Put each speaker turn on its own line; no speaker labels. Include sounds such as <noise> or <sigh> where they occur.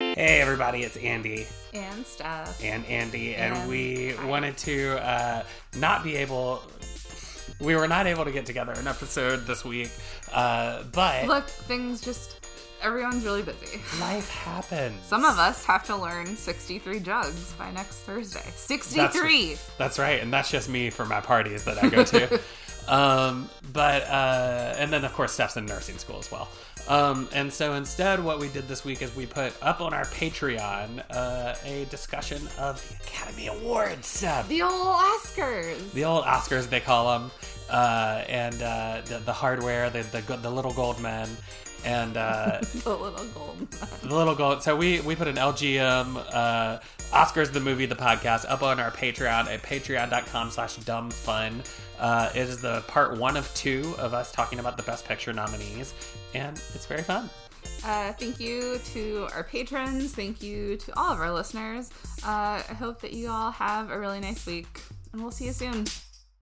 Hey everybody, it's Andy
and stuff.
and Andy, and,
And
we
I.
wanted to uh, not be able. We were not able to get together an episode this week, uh, but
Look, things just everyone's really busy.
life happens.
Some of us have to learn 63 jugs by next Thursday. 63.
That's, that's right, and that's just me for my parties that I go
<laughs>
to. um, but uh, and then of course Steph's in nursing school as well. Um, and so instead, what we did this week is we put up on our Patreon uh, a discussion of the Academy Awards. Steph.
The old Oscars.
the old Oscars they call them, uh, and uh, the, the hardware, the, the the little gold men, and uh,
<laughs> The little gold.
the little gold. So we we put an LGM uh, Oscars the movie the podcast up on our Patreon at patreon.com/slash dumb fun. Uh, it is the part one of two of us talking about the best picture nominees, and it's very fun.
Uh, thank you to our patrons. Thank you to all of our listeners. Uh, I hope that you all have a really nice week, and we'll see you soon.